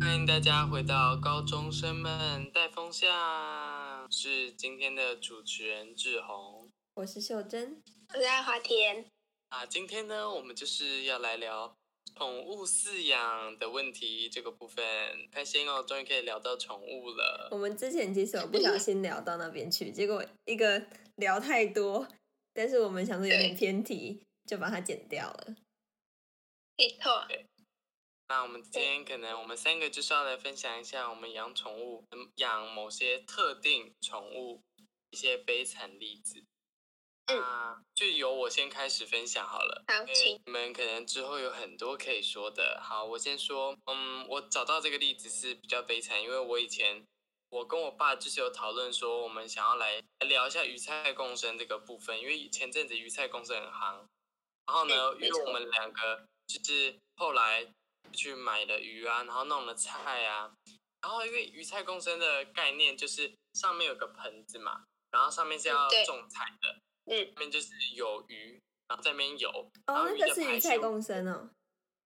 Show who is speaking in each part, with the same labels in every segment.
Speaker 1: 欢迎大家回到高中生们带风向，我是今天的主持人志宏。
Speaker 2: 我是秀珍，
Speaker 3: 我在华田，
Speaker 1: 啊，今天呢，我们就是要来聊宠物饲养的问题这个部分，开心哦，终于可以聊到宠物了。
Speaker 2: 我们之前其实有不小心聊到那边去，结果一个聊太多，但是我们想说有点
Speaker 3: 对
Speaker 2: 偏题，就把它剪掉了。
Speaker 3: 没错，
Speaker 1: 那我们今天可能我们三个就是要来分享一下我们养宠物、嗯养某些特定宠物一些悲惨例子。
Speaker 3: 嗯
Speaker 1: 啊，就由我先开始分享好了。
Speaker 3: 好，请
Speaker 1: 你们可能之后有很多可以说的。好，我先说，嗯，我找到这个例子是比较悲惨，因为我以前我跟我爸就是有讨论说，我们想要来来聊一下鱼菜共生这个部分，因为前阵子鱼菜共生很夯，然后呢，
Speaker 3: 嗯
Speaker 1: 因
Speaker 3: 没
Speaker 1: 为
Speaker 3: 错
Speaker 1: 我们两个就是后来去买了鱼啊，然后弄了菜啊，然后因为鱼菜共生的概念就是上面有个盆子嘛，然后上面是要
Speaker 3: 对
Speaker 1: 种菜的，
Speaker 3: 嗯，
Speaker 1: 上面就是有鱼，然后在那边游。
Speaker 2: 哦，
Speaker 1: 然后
Speaker 2: 那
Speaker 1: 鱼
Speaker 2: 个
Speaker 1: 的
Speaker 2: 是
Speaker 1: 排
Speaker 2: 鱼
Speaker 1: 泄
Speaker 2: 菜
Speaker 1: 物
Speaker 2: 共生哦。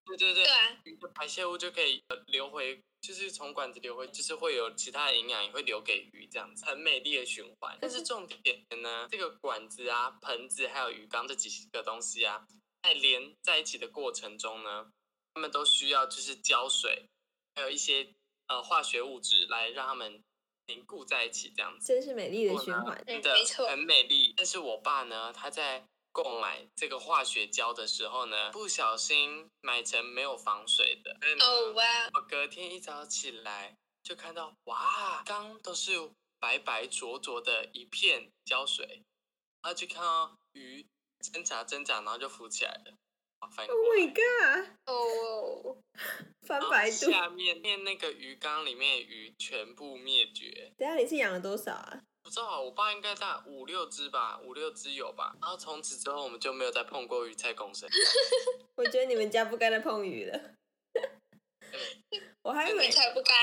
Speaker 1: 对对对
Speaker 3: 对，啊，
Speaker 1: 鱼的排泄物就可以呃流回，就是从管子流回，就是会有其他的营养也会留给鱼，这样子很美丽的循环。但是重点呢，这个管子啊、盆子还有鱼缸这几个东西啊，在连在一起的过程中呢，它们都需要就是胶水，还有一些呃化学物质来让它们凝固在一起，这样子。
Speaker 2: 真是美丽的循环。
Speaker 3: 嗯，
Speaker 1: 的
Speaker 3: 没错，
Speaker 1: 很美丽。但是我爸呢，他在购买这个化学胶的时候呢，不小心买成没有防水的。
Speaker 2: 嗯
Speaker 1: 所以呢
Speaker 3: 哦哇，
Speaker 1: 我隔天一早起来就看到，哇，缸都是白白灼灼的一片胶水，然后就看到鱼挣扎挣扎，然后就浮起来了。啊翻过
Speaker 2: Oh
Speaker 1: 来
Speaker 2: my god！
Speaker 3: 哦，
Speaker 2: 翻
Speaker 1: 然后
Speaker 2: 白肚。
Speaker 1: 下面面那个鱼缸里面的鱼全部灭绝，
Speaker 2: 等一下你是养了多少啊？
Speaker 1: 不知道，我爸应该大概五六只吧，五六只有吧。然后从此之后，我们就没有再碰过鱼菜共生。
Speaker 2: 我觉得你们家不该再碰鱼了。 我还以为
Speaker 3: 你才不该，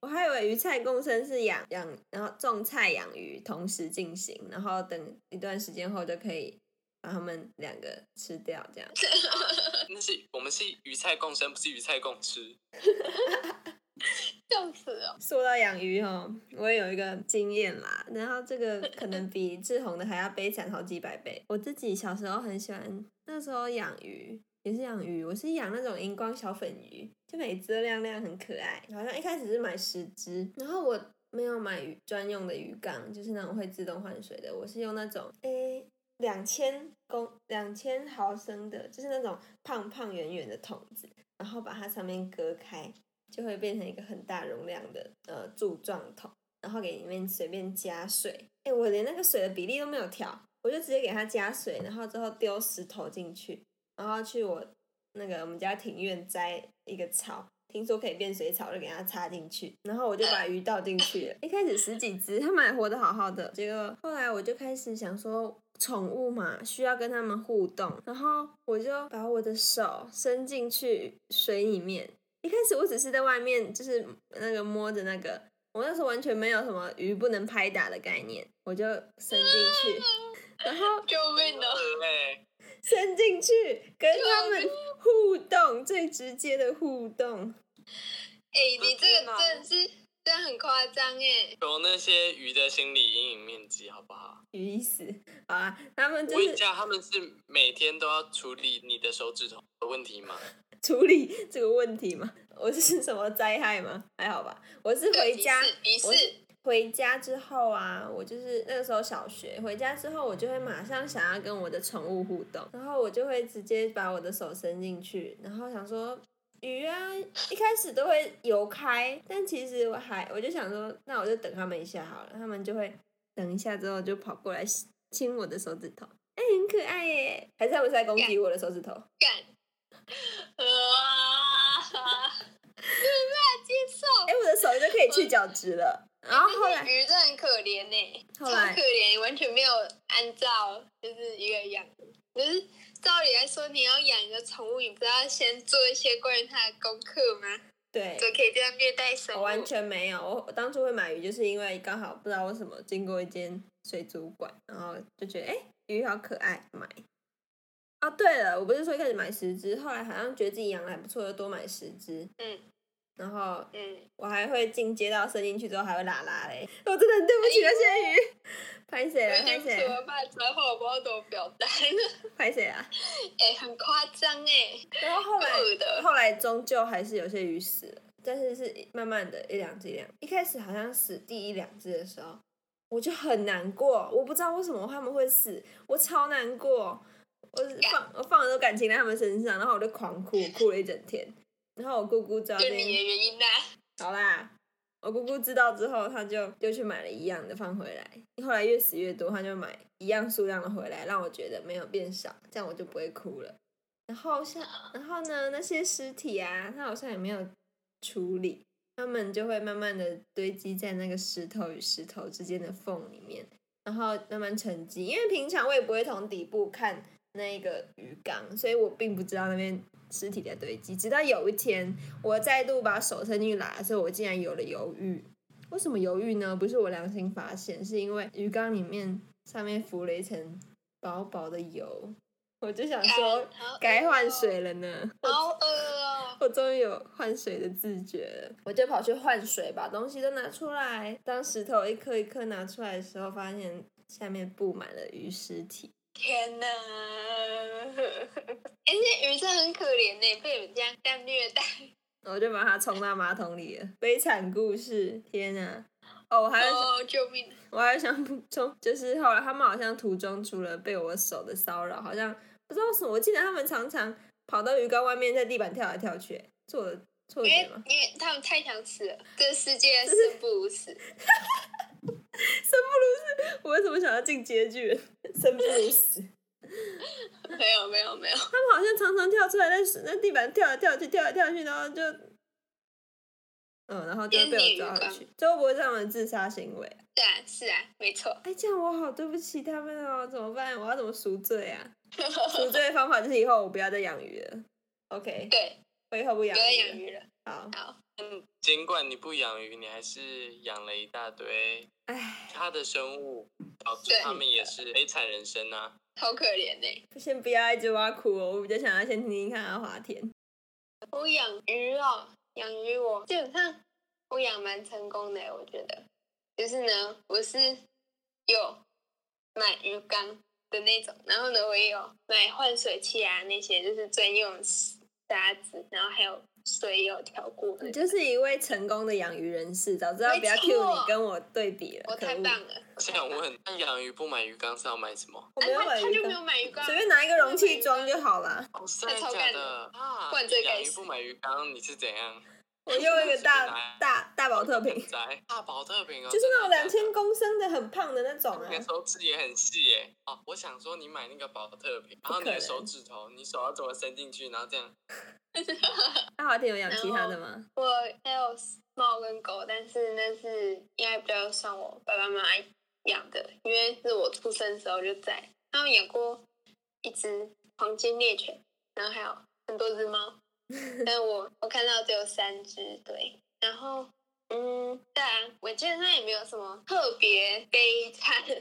Speaker 2: 我还以为鱼菜共生是养养，然后种菜养鱼同时进行，然后等一段时间后就可以把它们两个吃掉，这样。
Speaker 1: 那是我们是鱼菜共生，不是鱼菜共吃。
Speaker 3: 笑死哦，
Speaker 2: 说到养鱼哦，我也有一个经验啦，然后这个可能比志宏的还要悲惨好几百倍。我自己小时候很喜欢，那时候养鱼也是养鱼，我是养那种荧光小粉鱼，就每只都亮亮很可爱。好像一开始是买十只，然后我没有买鱼专用的鱼缸，就是那种会自动换水的，我是用那种诶。两千公两千毫升的，就是那种胖胖圆圆的桶子，然后把它上面割开，就会变成一个很大容量的呃柱状桶，然后给里面随便加水。哎，我连那个水的比例都没有调，我就直接给它加水，然后之后丢石头进去，然后去我那个我们家庭院摘一个草，听说可以变水草，就给它插进去，然后我就把鱼倒进去了。一开始十几只，它们还活得好好的，结果后来我就开始想说。宠物嘛，需要跟它们互动，然后我就把我的手伸进去水里面，一开始我只是在外面，就是那个摸着那个，我那时候完全没有什么鱼不能拍打的概念，我就伸进去，然后
Speaker 3: 救命哦，
Speaker 1: 对，
Speaker 2: 伸进去跟他们互动，最直接的互动。
Speaker 3: 哎，你这个真的是真的很夸张哎，
Speaker 1: 求那些鱼的心理阴影面积，好不好？
Speaker 2: 鱼意思好啊，他们就
Speaker 1: 我一
Speaker 2: 是
Speaker 1: 家他们是每天都要处理你的手指头的问题吗？
Speaker 2: 处理这个问题嘛。我是什么灾害吗？还好吧，我是回家，
Speaker 3: 仪
Speaker 2: 我是
Speaker 3: 式，
Speaker 2: 回家之后啊，我就是那个时候小学，回家之后我就会马上想要跟我的宠物互动，然后我就会直接把我的手伸进去，然后想说鱼啊，一开始都会游开，但其实我还我就想说，那我就等他们一下好了，他们就会等一下之后就跑过来亲我的手指头，哎、很可爱耶，还是他们是在攻击我的手指头？哎
Speaker 3: 干，哇，没办法接受
Speaker 2: 哎、，我的手就可以去角质了，然后后
Speaker 3: 那
Speaker 2: 来
Speaker 3: 些鱼真的很可怜呢， 超
Speaker 2: 后来
Speaker 3: 可怜，完全没有按照就是一个养，就是照理来说，你要养一个宠物，你不是要先做一些关于它的功课吗？
Speaker 2: 对。
Speaker 3: 怎么可以这样虐待生物？
Speaker 2: 我哦完全没有，我我当初会买鱼，就是因为刚好不知道为什么经过一间水族馆，然后就觉得哎、诶鱼好可爱，买。哦，对了，我不是说一开始买十只，后来好像觉得自己养的还不错，又多买十只。
Speaker 3: 嗯。
Speaker 2: 然后
Speaker 3: 嗯，
Speaker 2: 我还会进街道伸进去之后还会拉拉嘞，我真的很对不起那些鱼， 拍谁
Speaker 3: 我
Speaker 2: 了？
Speaker 3: 已
Speaker 2: 拍
Speaker 3: 经
Speaker 2: 谁了？
Speaker 3: 说吧，之后我不知道怎么表达，
Speaker 2: 拍谁啊？
Speaker 3: 哎、很夸张哎，
Speaker 2: 然后后来
Speaker 3: 酷的，
Speaker 2: 后来终究还是有些鱼死了，但是是慢慢的一两只一两，一开始好像死第一两只的时候，我就很难过，我不知道为什么他们会死，我超难过，我放我放很多感情在他们身上，然后我就狂哭，哭了一整天。然后我姑姑知道
Speaker 3: 就
Speaker 2: 这
Speaker 3: 你的
Speaker 2: 件，
Speaker 3: 原因呐、
Speaker 2: 好啦，我姑姑知道之后，她就又去买了一样的放回来，后来越死越多，她就买一样数量的回来，让我觉得没有变少，这样我就不会哭了。然后像，然后呢，那些尸体啊，它好像也没有处理，它们就会慢慢的堆积在那个石头与石头之间的缝里面，然后慢慢沉积。因为平常我也不会从底部看那个鱼缸，所以我并不知道那边尸体的堆积。直到有一天，我再度把手伸进去拉的时候，我竟然有了犹豫。为什么犹豫呢？不是我良心发现，是因为鱼缸里面上面浮了一层薄薄的油，我就想说。
Speaker 3: 啊
Speaker 2: 该换，水了呢。
Speaker 3: 好饿哦，
Speaker 2: 我终于有换水的自觉了，我就跑去换水，把东西都拿出来。当石头一颗一颗拿出来的时候，发现下面布满了鱼尸体。
Speaker 3: 天哪！ 哎、那鱼真的很可怜呢，被你们这样这样虐待。
Speaker 2: 我就把它冲到马桶里了，悲惨故事，天哪！哦，我还有
Speaker 3: 哦，救命！
Speaker 2: 我还想补充，就是后来他们好像途中除了被我手的骚扰，好像不知道为什么，我记得他们常常跑到鱼缸外面，在地板跳来跳去，错了错
Speaker 3: 因为
Speaker 2: 觉吗？
Speaker 3: 因为他们太想死了，这世界生不 如死。
Speaker 2: 我为什么想要进结局 了？生不如死。
Speaker 3: 没有没有没有，
Speaker 2: 他们好像常常跳出来，在水在地板跳来跳去，跳来跳去，然后就，嗯，然后就会被我抓回去，最后不会是他们的自杀行为。
Speaker 3: 是啊是啊，没错。
Speaker 2: 哎，这样我好对不起他们哦，怎么办？我要怎么赎罪啊？赎罪的方法就是以后我不要再养鱼了。OK，
Speaker 3: 对，
Speaker 2: 我以后不
Speaker 3: 不
Speaker 2: 养
Speaker 3: 要
Speaker 2: 鱼
Speaker 3: 养
Speaker 2: 了。
Speaker 3: 鱼了。
Speaker 2: 好，
Speaker 3: 好，嗯
Speaker 1: 尽管你不养鱼，你还是养了一大堆
Speaker 2: 哎，
Speaker 1: 其他的生物，导致
Speaker 3: 对
Speaker 1: 它们也是悲惨人生啊。
Speaker 3: 好可怜呢。
Speaker 2: 先不要一直挖苦哦我，我比较想要先听听看阿华田。
Speaker 3: 我养鱼哦，养鱼我基本上我养蛮成功的，我觉得。就是呢，我是有买鱼缸的那种，然后呢，我也有买换水器啊那些，就是专用沙子，然后还有水也有调过的
Speaker 2: 你。就是一位成功的养鱼人士，早知道不要
Speaker 3: 没
Speaker 2: Q
Speaker 3: 错
Speaker 2: 你跟我对比了，
Speaker 3: 我
Speaker 2: 可
Speaker 3: 太
Speaker 2: 恶！
Speaker 3: 棒了！
Speaker 1: 我想问，那养鱼不买鱼缸是要买什么？
Speaker 2: 我
Speaker 3: 啊
Speaker 2: 没有
Speaker 3: 他
Speaker 2: 买
Speaker 3: 他
Speaker 2: 鱼
Speaker 3: 就没
Speaker 2: 缸
Speaker 3: 有，买鱼缸，啊
Speaker 2: 随便拿一个容器装就好了。
Speaker 1: 哦，真的
Speaker 3: 超
Speaker 1: 假
Speaker 3: 干
Speaker 1: 的
Speaker 3: 的
Speaker 1: 啊？
Speaker 3: 灌醉
Speaker 1: 养
Speaker 3: 该
Speaker 1: 鱼
Speaker 3: 死
Speaker 1: 不买鱼缸，你是怎样？
Speaker 2: 我用 一个
Speaker 1: 随便嗯拿
Speaker 2: 大大大宝特瓶，就
Speaker 1: 宅大宝特瓶哦，
Speaker 2: 是那种
Speaker 1: 真的假
Speaker 2: 两
Speaker 1: 的
Speaker 2: 千公升的很胖的那种啊
Speaker 1: 你的。手指也很细耶。哦，我想说你买那个保特瓶，然后
Speaker 2: 不可
Speaker 1: 你的
Speaker 2: 能
Speaker 1: 手指头，你手要怎么伸进去，然后这样。
Speaker 2: 阿华田有养其他的吗？
Speaker 3: 我还有猫跟狗，但是那是应该比较算我爸爸妈妈养的，因为是我出生的时候就在。他们养过一只黄金猎犬，然后还有很多只 猫，但我我看到只有三只。对，然后嗯，对啊，我记得那也没有什么特别悲惨的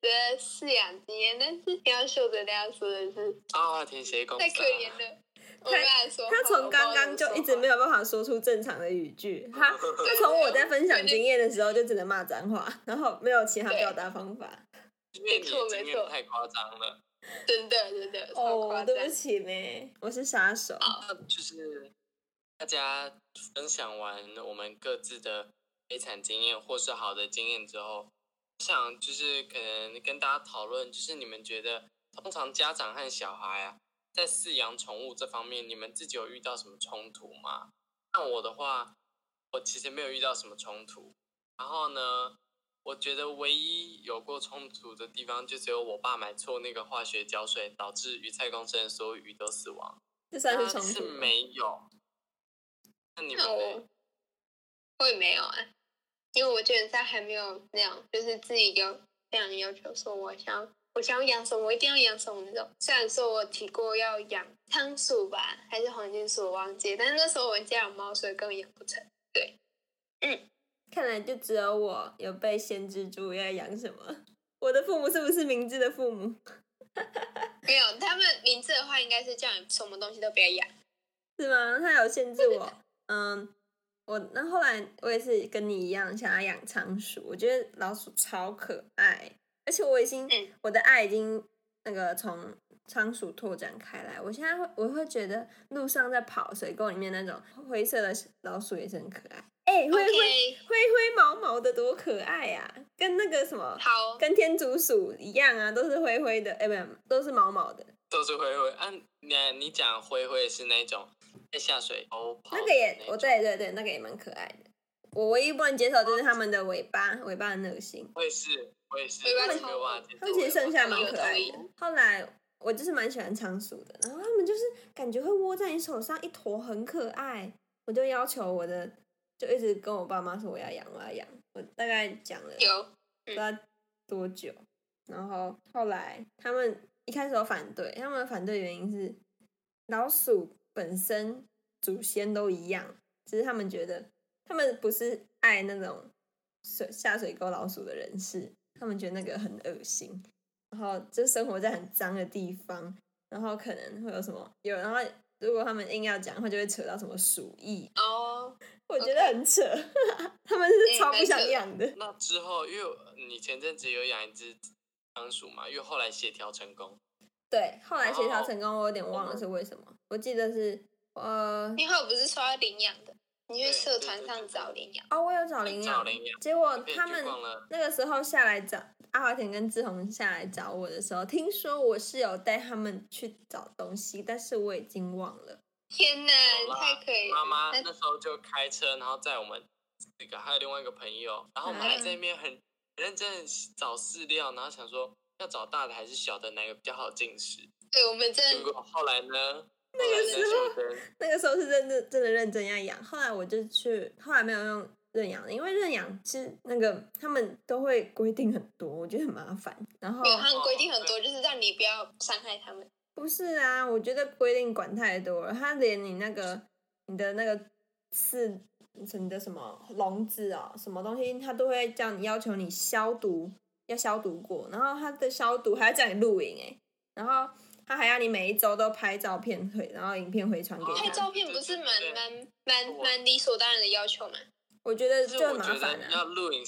Speaker 3: 的饲养经验，但是要秀着要说的是
Speaker 1: 啊，填写公司、
Speaker 3: 太
Speaker 1: 啊，
Speaker 3: 可怜了。我跟他说话，
Speaker 2: 他从刚刚就一直没
Speaker 3: 有。啊
Speaker 2: 有办法说出正常的语句， 他他从我在分享经验的时候就只能骂脏话，然后没有其他表达方法。
Speaker 1: 因为
Speaker 3: 没
Speaker 1: 你
Speaker 3: 错
Speaker 1: 的经
Speaker 3: 没
Speaker 1: 验
Speaker 3: 错
Speaker 1: 太夸张了。
Speaker 3: 真的真的超
Speaker 2: 哦
Speaker 3: 夸，张
Speaker 2: 对不起呢，我是杀手。
Speaker 1: 那就是大家分享完我们各自的悲惨经验或是好的经验之后，我想就是可能跟大家讨论，就是你们觉得通常家长和小孩啊，在饲养宠物这方面，你们自己有遇到什么冲突吗？那我的话，我其实没有遇到什么冲突。然后呢，我觉得唯一有过冲突的地方，就只有我爸买错那个化学胶水，导致鱼菜共生的所有鱼都死亡。
Speaker 2: 这算是
Speaker 1: 但
Speaker 2: 冲
Speaker 1: 是
Speaker 2: 突哦吗。
Speaker 1: 没有。那你们
Speaker 3: 那
Speaker 1: 呢
Speaker 3: 我？我也没有啊，因为我基本上还没有那样，就是自己有这样的要求，说我想要我想要养什么，我一定要养什么那种。虽然说我提过要养仓鼠吧，还是黄金鼠，我忘记了，但是那时候我们家有猫，所以根本养不成。
Speaker 2: 看来就只有我有被限制住要养什么。我的父母是不是明智的父母？
Speaker 3: 没有，他们明智的话应该是叫你什么东西都不要养。
Speaker 2: 是吗？他有限制我，嗯，我那后来我也是跟你一样想要养仓鼠，我觉得老鼠超可爱，而且我已经、
Speaker 3: 嗯
Speaker 2: 我的爱已经那个从仓鼠拓展开来，我现在会我会觉得路上在跑水沟里面那种灰色的老鼠也是很可爱，哎、灰灰
Speaker 3: OK，
Speaker 2: 灰灰毛毛的多可爱呀、跟那个什么
Speaker 3: 好，
Speaker 2: 跟天竺鼠一样啊，都是灰灰的，哎、不都是毛毛的，
Speaker 1: 都是灰灰。啊，你你讲灰灰是那种在下水沟跑的
Speaker 2: 那个也，
Speaker 1: 种
Speaker 2: 我对对对，那个也蛮可爱的。我唯一不能接受就是他们的尾巴，尾巴很恶心。
Speaker 1: 我也是，我也是，
Speaker 3: 没办法
Speaker 1: 我也没有办法接受
Speaker 2: 他们其实剩下蛮
Speaker 1: 我也
Speaker 2: 可
Speaker 1: 没
Speaker 2: 爱
Speaker 1: 有
Speaker 2: 的。后来我就是蛮喜欢仓鼠的，然后他们就是感觉会窝在你手上一坨，很可爱。我就要求我的，就一直跟我爸妈说我要养，我要养。我大概讲了
Speaker 3: 有
Speaker 2: 不知道多久，然后后来他们一开始有反对，他们反对原因是老鼠本身祖先都一样，只是他们觉得他们不是爱那种水下水沟老鼠的人士，他们觉得那个很恶心，然后就生活在很脏的地方，然后可能会有什么有，然后如果他们硬要讲的话，就会扯到什么鼠疫，
Speaker 3: 哦，
Speaker 2: 我觉得很扯， 他们是
Speaker 3: 嗯
Speaker 2: 超不
Speaker 3: 蛮扯
Speaker 2: 想
Speaker 3: 的
Speaker 2: 养的。
Speaker 1: 那之后，因为你前阵子有养一只仓鼠嘛，因为后来协调成功，
Speaker 2: 对，后来协调
Speaker 1: 哦
Speaker 2: 成功，我有点忘
Speaker 1: 我
Speaker 2: 了
Speaker 1: 们
Speaker 2: 是为什么。我记得是呃，
Speaker 3: 你好，不是说要领养的，你去
Speaker 1: 对
Speaker 3: 社
Speaker 1: 对
Speaker 3: 团
Speaker 1: 对
Speaker 3: 上
Speaker 1: 对
Speaker 3: 找领养。
Speaker 2: 哦，我有找领
Speaker 1: 找
Speaker 2: 养，
Speaker 1: 领养，
Speaker 2: 结果
Speaker 1: 可以
Speaker 2: 他
Speaker 1: 去
Speaker 2: 们
Speaker 1: 逛了。
Speaker 2: 那个时候下来找阿华田跟志宏下来找我的时候，听说我是有带他们去找东西，但是我已经忘了。
Speaker 3: 天哪，
Speaker 1: 有啦
Speaker 3: 太可以了！
Speaker 1: 妈妈
Speaker 2: 哎
Speaker 3: 那
Speaker 1: 那时候就开车，然后载我们那个还有另外一个朋友，然后我们
Speaker 2: 啊
Speaker 1: 还在那边很认真地找饲料，然后想说要找大的还是小的哪个比较好进食。
Speaker 3: 对我们
Speaker 1: 结
Speaker 3: 真的
Speaker 1: 果后来呢，
Speaker 2: 那个时候
Speaker 1: 候
Speaker 2: 那个时候是认真真的认真要养，后来我就去，后来没有用认养了，因为认养是那个他们都会规定很多，我觉得很麻烦。然后
Speaker 3: 没有，他们规定很
Speaker 1: 嗯
Speaker 3: 多，就是让你不要伤害他们。
Speaker 2: 不是啊，我觉得规定管太多了，他连你那个你的那个是你的什么笼子啊、什么东西，他都会叫你要求你消毒，要消毒过，然后他的消毒还要叫你录影哎，然后他还要你每一周都拍照片回，然后影片回传给
Speaker 1: 哦
Speaker 3: 拍
Speaker 1: 太
Speaker 2: 他。
Speaker 1: 糟
Speaker 3: 照片不是蛮
Speaker 1: 对对
Speaker 3: 蛮蛮
Speaker 1: 我
Speaker 3: 蛮理所当然的要求吗？
Speaker 2: 我觉得
Speaker 1: 就是
Speaker 2: 就
Speaker 1: 我
Speaker 2: 很麻
Speaker 1: 觉
Speaker 2: 烦
Speaker 1: 得
Speaker 2: 啊。
Speaker 1: 要录影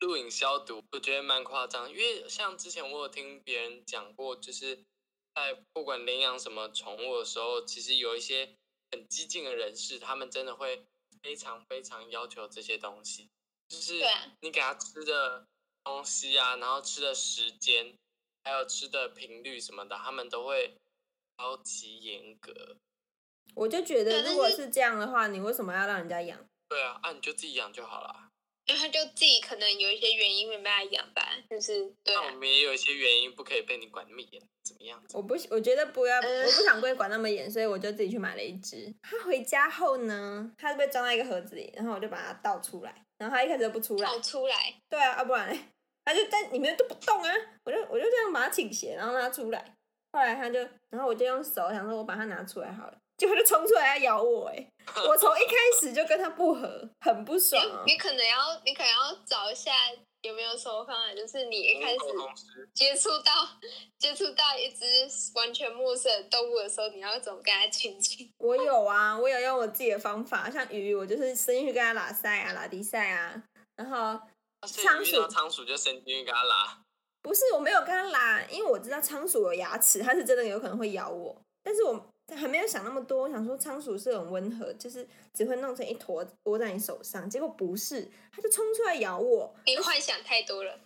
Speaker 1: 录影消毒，我觉得蛮夸张，因为像之前我有听别人讲过，就是在不管领养什么宠物的时候，其实有一些很激进的人士，他们真的会非常非常要求这些东西，就是
Speaker 3: 对啊
Speaker 1: 你给他吃的东西啊，然后吃的时间，还有吃的频率什么的，他们都会超级严格。
Speaker 2: 我就觉
Speaker 3: 对
Speaker 2: 得
Speaker 3: 但
Speaker 2: 如果
Speaker 3: 是
Speaker 2: 是这样的话，你为什么要让人家养？
Speaker 1: 对啊，啊你就自己养就好了。
Speaker 3: 然后他就自己可能有一些原因没办法养吧，就是对
Speaker 1: 那
Speaker 3: 啊
Speaker 1: 我，们也有一些原因不可以被你管那么严，怎么样？
Speaker 2: 我不喜，我觉得不要，
Speaker 3: 嗯
Speaker 2: 我不想被管那么严，所以我就自己去买了一只。它回家后呢，它被装在一个盒子里，然后我就把它倒出来，然后它一开始就不出来，
Speaker 3: 跑出来，
Speaker 2: 对啊，要、不然嘞，它就在里面就不动啊，我就我就这样把它倾斜，然后让它出来。后来它就，然后我就用手想说，我把它拿出来好了，结果它就冲出来要咬我、欸，我从一开始就跟它不合，很不爽、
Speaker 1: 啊
Speaker 2: 哦。
Speaker 3: 你你可能要你可能要找一下有没有什么方法，就是你一开始
Speaker 1: 公共公司
Speaker 3: 接触到接触到一只完全陌生的动物的时候，你要怎么跟它亲近？
Speaker 2: 我有啊，我有用我自己的方法，像鱼，我就是伸进去跟它拉塞啊、拉迪塞啊，然后
Speaker 1: 啊所以
Speaker 2: 仓
Speaker 1: 你遇
Speaker 2: 鼠
Speaker 1: 到仓鼠就伸进去给它拉，
Speaker 2: 不是，我没有跟他拉，因为我知道仓鼠有牙齿，它是真的有可能会咬我。但是我还没有想那么多，我想说仓鼠是很温和，就是只会弄成一坨窝在你手上。结果不是，它就冲出来咬我。
Speaker 3: 你幻想太多了，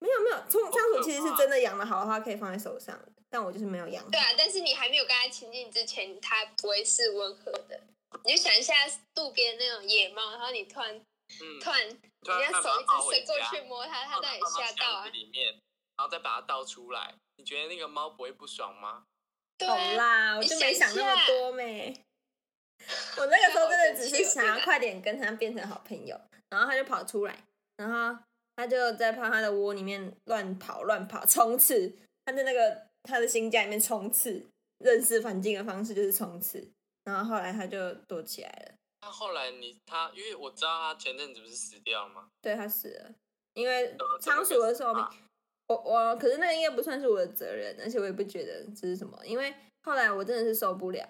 Speaker 2: 没有没有，冲仓鼠其实
Speaker 1: 好可
Speaker 2: 是
Speaker 1: 怕
Speaker 2: 真的养的好的话可以放在手上，但我就是没有养好。
Speaker 3: 对啊，但是你还没有跟它亲近之前，它不会是温和的。你就想一下路边那种野猫，然后你突然
Speaker 1: 嗯，
Speaker 3: 突然
Speaker 1: 突然
Speaker 3: 人家
Speaker 1: 它
Speaker 3: 手
Speaker 1: 把它抱
Speaker 3: 一直
Speaker 1: 回
Speaker 3: 伸过
Speaker 1: 家
Speaker 3: 去摸它，它
Speaker 1: 放
Speaker 3: 到
Speaker 1: 到
Speaker 3: 底吓到
Speaker 1: 箱
Speaker 3: 啊
Speaker 1: 子？里面，然后再把它倒出来，你觉得那个猫不会不爽吗？
Speaker 3: 对
Speaker 2: 好
Speaker 3: 啊，
Speaker 2: 啦，我就没想那么多没。我那个时候真的只
Speaker 3: 哦
Speaker 2: 是想要快点跟他变成好朋友，然后他就跑出来，然后他就在怕他的窝里面乱跑乱跑冲刺，他在那个他的新家里面冲刺，认识环境的方式就是冲刺，然后后来他就躲起来了，
Speaker 1: 那后来你它，因为我知道它前阵子不是死掉了吗？
Speaker 2: 对他死了，因为
Speaker 1: 怎么
Speaker 2: 仓鼠的寿命
Speaker 1: 啊，
Speaker 2: 我我可是那个应该不算是我的责任，而且我也不觉得这是什么，因为后来我真的是受不了。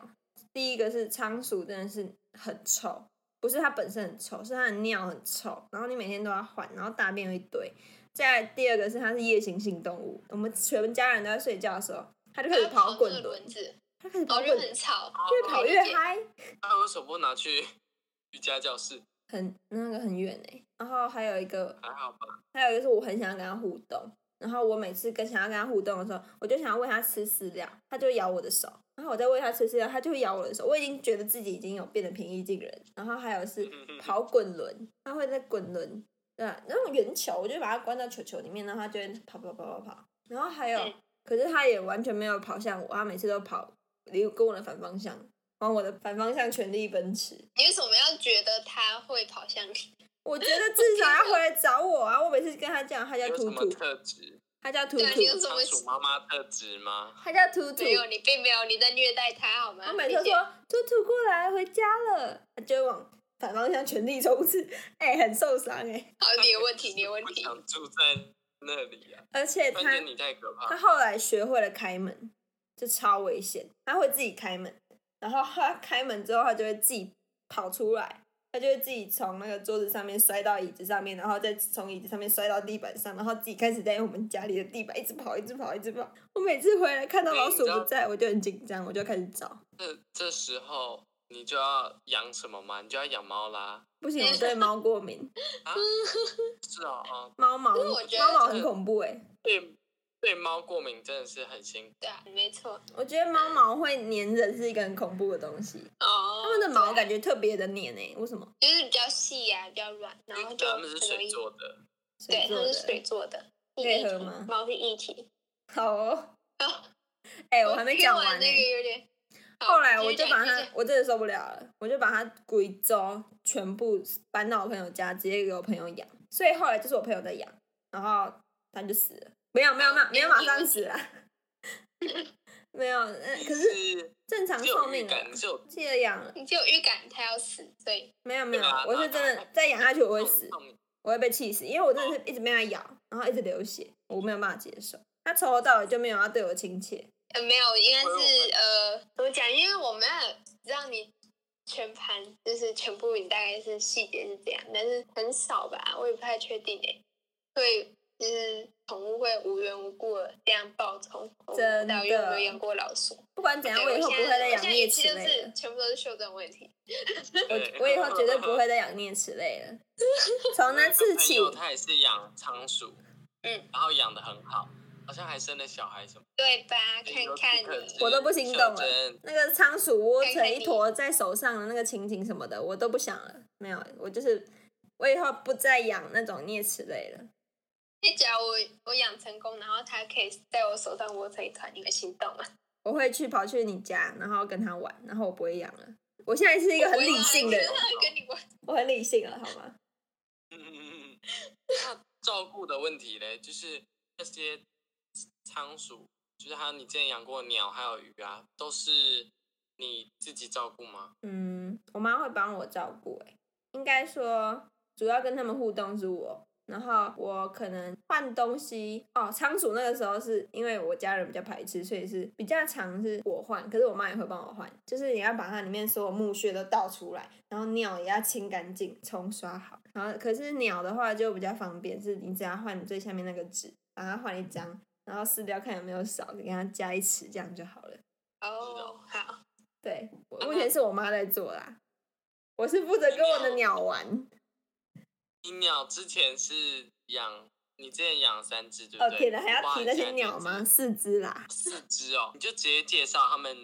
Speaker 2: 第一个是仓鼠真的是很臭，不是它本身很臭，是它的尿很臭，然后你每天都要换，然后大便有一堆。再来第二个是它是夜行性动物，我们全家人都在睡觉的时候，它就开始
Speaker 3: 然后
Speaker 2: 跑
Speaker 3: 跑
Speaker 2: 滚
Speaker 3: 那个
Speaker 2: 轮
Speaker 3: 轮，子，
Speaker 2: 它开始
Speaker 3: 然
Speaker 2: 跑
Speaker 3: 后
Speaker 2: 滚，
Speaker 3: 就
Speaker 2: 越
Speaker 3: 很吵，
Speaker 1: 越
Speaker 2: 跑越
Speaker 3: 理解
Speaker 2: 嗨。
Speaker 1: 他为什么不拿去 瑜伽教室？
Speaker 2: 很那个很远哎、然后还有一个，
Speaker 1: 还好吧，
Speaker 2: 还有一个是我很想要跟他互动，然后我每次跟想要跟他互动的时候，我就想要喂他吃饲料，他就会咬我的手，然后我再喂他吃饲料，他就会咬我的手。我已经觉得自己已经有变得平易近人。然后还有 是跑滚轮，他会在滚轮，对啊，那种圆球，我就把它关到球球里面，然后他就会跑跑跑跑跑。然后还有
Speaker 3: 嗯，
Speaker 2: 可是他也完全没有跑向我，他每次都跑离跟我的反方向，往我的反方向全力奔驰。
Speaker 3: 你为什么要觉得他会跑向你？
Speaker 2: 我觉得至少要回来找我啊！我每次跟他讲，他叫
Speaker 1: 有
Speaker 2: 图
Speaker 1: 什么
Speaker 2: 图，
Speaker 1: 特 质？
Speaker 2: 他叫图
Speaker 3: 对啊你有
Speaker 2: 图，
Speaker 3: 什么
Speaker 1: 仓鼠妈妈特质吗？
Speaker 2: 他叫图图
Speaker 3: 没。有，你啊并没有，你在虐待他好吗？
Speaker 2: 我每次都
Speaker 3: 理解
Speaker 2: 说图图过来回家了，他就会往反方向全力冲刺， 哎、很受伤哎、
Speaker 3: 好，你有问题，你有问
Speaker 1: 不
Speaker 3: 题。
Speaker 1: 想住在那里啊！
Speaker 2: 而且
Speaker 1: 关
Speaker 2: 他
Speaker 1: 键你太可怕
Speaker 2: 他。后来学会了开门，就超危险，他会自己开门，然后他开门之后，他就会自己跑出来。他就会自己从那个桌子上面摔到椅子上面，然后再从椅子上面摔到地板上，然后自己开始在我们家里的地板一直跑，一直跑，一直跑。我每次回来看到老鼠不在，我就很紧张，我就开始找。
Speaker 1: 这这时候你就要养什么吗？你就要养猫啦。
Speaker 2: 不行，我对猫过敏，
Speaker 1: 啊，是哦，哦，
Speaker 2: 猫毛，
Speaker 3: 可是我觉得
Speaker 2: 猫毛很恐怖哎、
Speaker 1: 对对，猫过敏真的是很辛苦。
Speaker 3: 对啊，没错。
Speaker 2: 我觉得猫毛会粘人是一个很恐怖的东西，
Speaker 3: 哦，
Speaker 2: 它们的毛
Speaker 3: 对啊
Speaker 2: 感觉特别的黏哎、为什么？
Speaker 3: 就是比较细呀、比较软，然后就
Speaker 1: 他
Speaker 3: 很
Speaker 1: 们
Speaker 3: 容
Speaker 1: 是
Speaker 3: 易
Speaker 1: 水。做的，
Speaker 3: 对，它
Speaker 2: 做的
Speaker 3: 是水做的，
Speaker 2: 可以
Speaker 3: 液
Speaker 2: 喝
Speaker 3: 体
Speaker 2: 吗
Speaker 3: 猫是一体。
Speaker 2: 好哦
Speaker 3: 哦。
Speaker 2: 哎、我还没讲完
Speaker 3: 完
Speaker 2: 呢、
Speaker 3: 那个有点。好
Speaker 2: 后来我
Speaker 3: 继续
Speaker 2: 就
Speaker 3: 讲
Speaker 2: 把
Speaker 3: 继续
Speaker 2: 它
Speaker 3: 讲，
Speaker 2: 我真的受不了了，我就把它贵州全部搬到我朋友家，直接给我朋友养。所以后来就是我朋友在养，然后它就死了。没有没有没
Speaker 3: 哦
Speaker 2: 有没有马上死了， 没有。嗯，可是
Speaker 1: 是
Speaker 2: 正常
Speaker 1: 你
Speaker 2: 寿
Speaker 1: 有预
Speaker 2: 命啊
Speaker 1: 感，你，是有
Speaker 2: 记得养了。
Speaker 3: 你就有预感它要死，所以
Speaker 2: 没有没有
Speaker 1: 对啊，
Speaker 2: 我是真的再养下去我
Speaker 3: 哦
Speaker 2: 会死。
Speaker 1: 动动
Speaker 2: 我会被气死，因为我真的是一直被它咬，然后一直流血，我没有办法接受。它从头到尾就没有要对我亲切，
Speaker 3: 呃没有，应该
Speaker 1: 所以我
Speaker 3: 是
Speaker 1: 们
Speaker 3: 呃怎么讲？因为我们要让你全盘，就是全部，你大概是细节是这样，但是很少吧，我也不太确定诶。所以就是宠物会无缘无故的这样暴冲，我不
Speaker 2: 真的
Speaker 3: 知道有没有养过老鼠？
Speaker 2: 不管怎样，
Speaker 3: 对
Speaker 2: 以后
Speaker 3: 我
Speaker 2: 不
Speaker 3: 现
Speaker 2: 会
Speaker 3: 在
Speaker 2: 再
Speaker 3: 我
Speaker 2: 养
Speaker 3: 现在一
Speaker 2: 啮
Speaker 3: 期
Speaker 2: 齿
Speaker 3: 就
Speaker 2: 类
Speaker 3: 是
Speaker 2: 了。
Speaker 3: 全部都是修正问题。
Speaker 1: 对
Speaker 2: 我我以后绝对不会再养啮齿类了。从哦那次起
Speaker 1: 我有，个朋友他也是养仓鼠，
Speaker 3: 嗯，
Speaker 1: 然后养的很好，好像还生了小孩什么。
Speaker 3: 对
Speaker 1: 哎
Speaker 3: 吧？看看你，
Speaker 2: 我都不心动了
Speaker 1: 了。
Speaker 2: 那个仓鼠窝成一坨在手上的那个情景什么的，我都不想了。没有，我就是我以后不再养那种啮齿类了。
Speaker 3: 那只要我我养成功，然后它可以在我手上窝成一团，你会心动吗？啊
Speaker 2: 我会去跑去你家，然后跟它玩，然后我不会养了。我现在是一个很理性的人，
Speaker 3: 我跟你玩，
Speaker 2: 我很理性了，好吗？
Speaker 1: 嗯 那照顾的问题嘞，就是那些仓鼠，就是还有你之前养过的鸟还有鱼啊，都是你自己照顾吗？
Speaker 2: 嗯，我妈会帮我照顾、欸，应该说主要跟他们互动是我，然后我可能换东西哦。仓鼠那个时候是因为我家人比较排斥，所以是比较常是我换，可是我妈也会帮我换，就是你要把它里面所有木屑都倒出来，然后尿也要清干净、冲刷好。然后可是鸟的话就比较方便，是你只要换最下面那个纸，把它换一张，然后撕掉看有没有少，给它加一尺，这样就好了。
Speaker 3: 哦，好，
Speaker 2: 对，我
Speaker 1: 啊
Speaker 2: 目
Speaker 1: 那
Speaker 2: 前是我妈在做啦，我是负责跟我的鸟玩。
Speaker 1: 你鸟之前是养，你之前养了三只，对
Speaker 2: 哦
Speaker 1: 不对？
Speaker 2: 天哪，还
Speaker 1: 我
Speaker 2: 要
Speaker 1: 不
Speaker 2: 提
Speaker 1: 知道
Speaker 2: 那些
Speaker 1: 你现在
Speaker 2: 鸟
Speaker 1: 几
Speaker 2: 吗？
Speaker 1: 只？
Speaker 2: 四只啦，
Speaker 1: 四只哦，你就直接介绍他们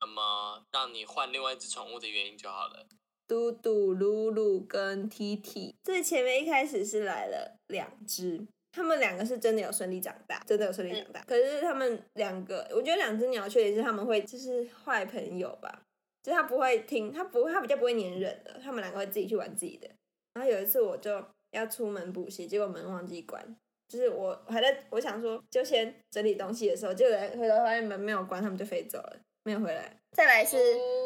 Speaker 1: 怎么让你换另外一只宠物的原因就好了。
Speaker 2: 嗯嘟嘟、露露跟 T T。最前面一开始是来了两只，它们两个是真的有顺利长大，真的有顺利长大。可是它们两个，我觉得两只鸟确实是它们会就是坏朋友吧，就是它不会听，它不它比较不会粘人的，它们两个会自己去玩自己的。然后有一次我就要出门补习，结果门忘记关，就是我还在我想说就先整理东西的时候，结果回头发现门没有关，它们就飞走了，没有回来。再来是。
Speaker 3: 哦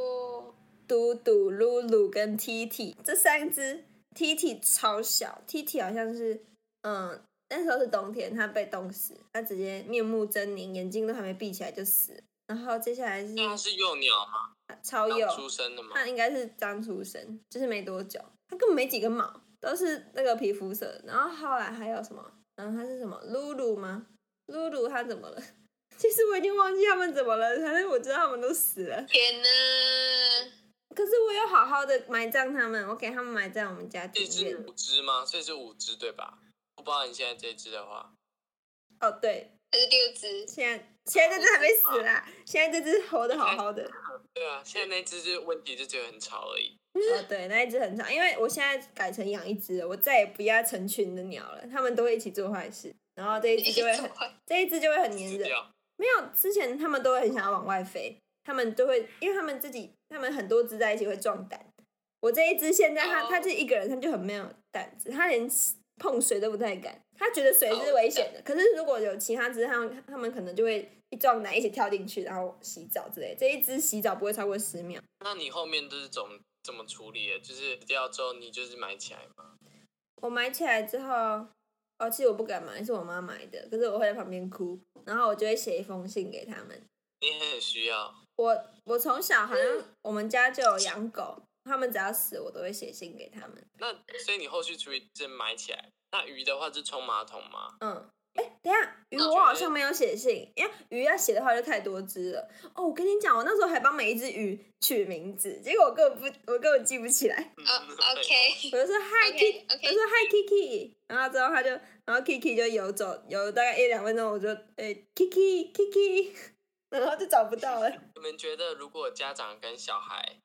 Speaker 2: 嘟嘟、露露跟 T T 这三只，T T 超小，T T 好像是嗯那时候是冬天，它被冻死，它直接面目狰狞，眼睛都还没闭起来就死了。然后接下来是
Speaker 1: 那它是幼鸟吗？
Speaker 2: 超幼
Speaker 1: 刚，出生的吗？
Speaker 2: 它应该是刚出生，就是没多久，它根本没几根毛，都是那个皮肤色。然后后来还有什么？然后它是什么？露露吗？露露它怎么了？ 其实我已经忘记它们怎么了，反正我知道它们都死了。
Speaker 3: 天哪！
Speaker 2: 可是我有好好的埋葬它们，我给它们埋在我们家
Speaker 1: 这
Speaker 2: 庭
Speaker 1: 只
Speaker 2: 院。
Speaker 1: 五只吗？所以是五只对吧？我不知道你现在这只的话，
Speaker 2: 哦，对，
Speaker 3: 还是六只，
Speaker 2: 现在现在这只还没死啦，现在这只活得好好的。
Speaker 1: 对啊，现在那只是问题就只有很吵而已。
Speaker 2: 哦，对，那一只很吵，因为我现在改成养一只了，我再也不要成群的鸟了，它们都会一起做坏事，然后这一只就会很，
Speaker 3: 快，
Speaker 2: 这一只就会很
Speaker 1: 死
Speaker 2: 粘人。
Speaker 1: 掉，
Speaker 2: 没有，之前它们都会很想要往外飞，它们都会，因为它们自己，它们很多只在一起会撞蛋。我这一只现在它
Speaker 3: 哦
Speaker 2: 它自己一个人，它就很没有胆子，它连碰水都不太敢，它觉得水是危险的。可是如果有其他只，它们它们可能就会一撞奶一起跳进去，然后洗澡之类。这一只洗澡不会超过十秒。
Speaker 1: 那你后面都是怎么怎么处理的？就是死掉之后你就是埋起来嘛？
Speaker 2: 我买起来之后，哦，其实我不敢买，是我妈买的，可是我会在旁边哭，然后我就会写一封信给他们。
Speaker 1: 你很需要，
Speaker 2: 我我从小好像我们家就有养狗，他们只要死我都会写信给他们。
Speaker 1: 那所以你后续处理是埋起来。那鱼的话是冲马桶吗？
Speaker 2: 嗯，哎，等一下鱼
Speaker 1: 那我
Speaker 2: 我
Speaker 1: 觉
Speaker 2: 好
Speaker 1: 得
Speaker 2: 像没有写信，因为鱼要写的话就太多只了。哦，我跟你讲，我那时候还帮每一只鱼取名字，结果我根本不，我根本记不起来。
Speaker 1: 嗯
Speaker 3: 哦，OK，
Speaker 2: 我就说嗨
Speaker 3: OK，
Speaker 2: Kiki，
Speaker 3: OK
Speaker 2: 我说嗨 Kiki，然后之后他就，然后 Kiki 就游走，游大概一两分钟，我就诶、Kiki Kiki，然后 就找不到了。
Speaker 1: 你们觉得如果家长跟小孩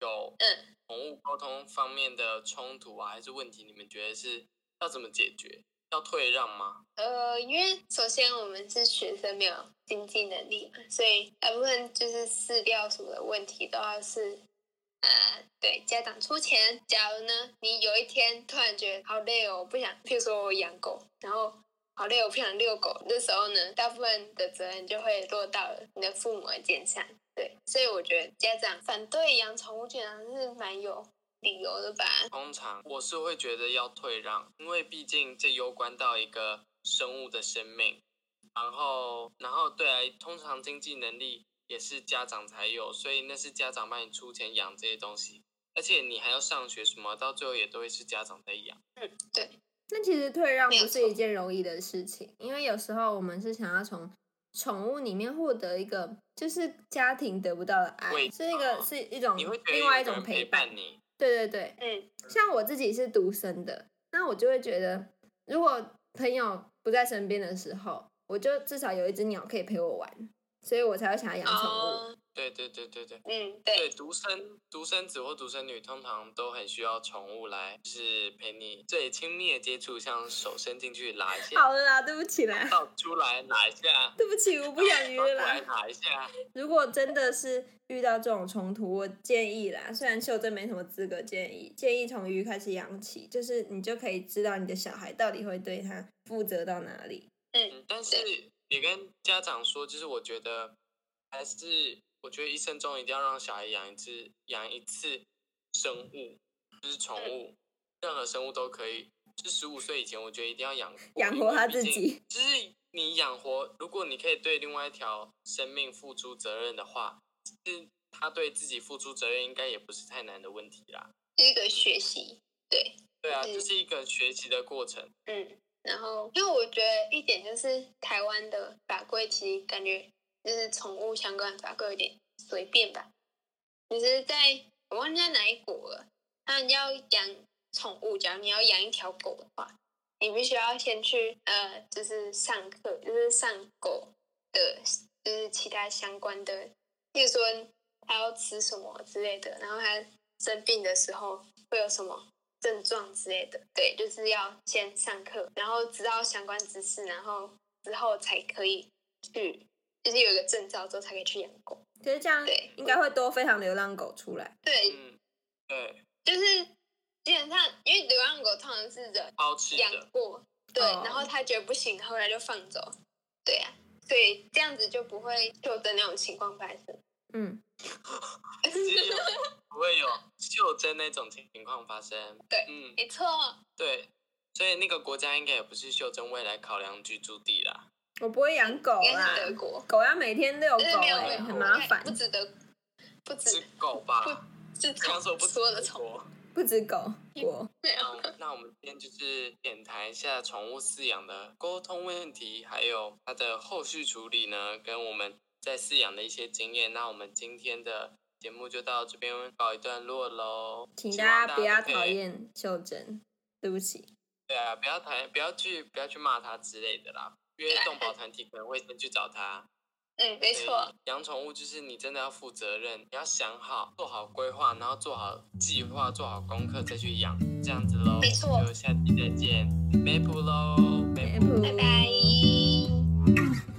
Speaker 1: 有
Speaker 3: 嗯
Speaker 1: 宠物沟通方面的冲突啊，还是问题，你们觉得是要怎么解决？要退让吗？
Speaker 3: 呃，因为首先我们是学生，没有经济能力嘛，所以大部分就是饲料什么的问题都要是，呃，对家长出钱。假如呢，你有一天突然觉得好累哦，我不想，譬如说我养狗，然后好累，我不想遛狗，这时候呢，大部分的责任就会落到了你的父母的肩上。对，所以我觉得家长反对养宠物，竟然是蛮有理由的吧？
Speaker 1: 通常我是会觉得要退让，因为毕竟这攸关到一个生物的生命。然后，然后对啊，通常经济能力也是家长才有，所以那是家长帮你出钱养这些东西，而且你还要上学什么，到最后也都会是家长在养。
Speaker 3: 嗯，对。
Speaker 2: 那其实退让
Speaker 3: 没有
Speaker 2: 不是一件容易的事情，因为有时候我们是想要从宠物里面获得一个就是家庭得不到的爱，
Speaker 1: 喂
Speaker 2: 是一个
Speaker 1: 哦
Speaker 2: 是一种
Speaker 1: 你会觉得
Speaker 2: 另外一
Speaker 1: 有个
Speaker 2: 种
Speaker 1: 人
Speaker 2: 陪
Speaker 1: 陪
Speaker 2: 伴。
Speaker 1: 伴你，
Speaker 2: 对对对，
Speaker 3: 嗯，
Speaker 2: 像我自己是独生的，那我就会觉得，如果朋友不在身边的时候，我就至少有一只鸟可以陪我玩，所以我才会想要养宠物。
Speaker 3: 哦，
Speaker 1: 对对对对对。
Speaker 3: 嗯，
Speaker 1: 对，
Speaker 3: 对，
Speaker 1: 独生独生子或独生女通常都很需要宠物来，就是陪你最亲密的接触，像手伸进去拉一下，
Speaker 2: 好了啦，对不起啦，
Speaker 1: 到出来拿一下，
Speaker 2: 对不起，我不养鱼
Speaker 1: 过
Speaker 2: 了
Speaker 1: 来
Speaker 2: 啦。
Speaker 1: 拿一下。
Speaker 2: 如果真的是遇到这种冲突，我建议啦，虽然秀珍没什么资格建议，建议从鱼开始养起，就是你就可以知道你的小孩到底会对他负责到哪里。
Speaker 1: 嗯，但是也跟家长说，就是我觉得还是，我觉得一生中一定要让小孩养一只养一次生物，就是宠
Speaker 2: 嗯
Speaker 1: 物，任何生物都可以。就十五岁以前，我觉得一定要养过
Speaker 2: 养活
Speaker 1: 因为
Speaker 2: 他
Speaker 1: 毕
Speaker 2: 自
Speaker 1: 竟
Speaker 2: 己
Speaker 1: 就是你养活，如果你可以对另外一条生命付出责任的话，其实他对自己付出责任应该也不是太难的问题啦。
Speaker 3: 是一个学习，对，
Speaker 1: 对啊，
Speaker 3: 嗯
Speaker 1: 这是一个学习的过程。
Speaker 3: 嗯，然后因为我觉得一点就是台湾的法规其实感觉就是宠物相关的法规有点随便吧，就是在我忘记在哪一国了，那你要养宠物，假如你要养一条狗的话，你必须要先去呃，就是上课，就是上狗的，就是其他相关的，例如说它要吃什么之类的，然后它生病的时候会有什么症状之类的，对，就是要先上课，然后知道相关知识，然后之后才可以去，就是有一个证照之后才可以去养狗，
Speaker 2: 可是这样
Speaker 3: 对
Speaker 2: 应该会多非常流浪狗出来。
Speaker 3: 对，
Speaker 1: 嗯，对，
Speaker 3: 就是基本上因为流浪狗通常是人
Speaker 1: 抛弃
Speaker 3: 养
Speaker 1: 的，
Speaker 3: 过，对，
Speaker 2: 哦
Speaker 3: 然后他觉得不行，后来就放走，对呀、所以这样子就不会就的那种情况发生。
Speaker 2: 嗯，
Speaker 1: 只有不会有袖珍那种情况发生。
Speaker 3: 对
Speaker 1: 嗯，
Speaker 3: 没错，
Speaker 1: 对，所以那个国家应该也不是袖珍未来考量居住地啦。
Speaker 2: 我不会养狗
Speaker 3: 应该
Speaker 2: 啦
Speaker 3: 是，德国，
Speaker 2: 狗要每天遛狗、
Speaker 3: 就是没有
Speaker 2: 欸，
Speaker 3: 美国
Speaker 2: 很麻烦
Speaker 3: 不。止德，不
Speaker 1: 是
Speaker 3: 止
Speaker 1: 狗吧？
Speaker 3: 不是
Speaker 1: 刚说
Speaker 3: 宠，
Speaker 1: 不嗯
Speaker 3: 所有的
Speaker 1: 宠
Speaker 3: 宠
Speaker 1: 物。
Speaker 2: 不止狗，我
Speaker 3: 没有。
Speaker 1: 那那我们今天就是浅谈一下宠物饲养的沟通问题，还有它的后续处理呢，跟我们在饲养的一些经验。那我们今天的节目就到这边告一段落喽，
Speaker 2: 请
Speaker 1: 希
Speaker 2: 大家
Speaker 1: 望大
Speaker 2: 不要
Speaker 1: 都可以
Speaker 2: 讨。厌袖珍，对不起。
Speaker 1: 对啊，不要讨厌，不要去不要去骂它之类的啦。因为动保团体可能会先去找它。
Speaker 3: 嗯，没错，，
Speaker 1: 养宠物就是你真的要负责任，你要想好、做好规划，然后做好计划、做好功课再去养，这样子喽。
Speaker 3: 没错
Speaker 1: 就下期再见，梅普喽，梅普。
Speaker 2: Apple
Speaker 3: 拜拜。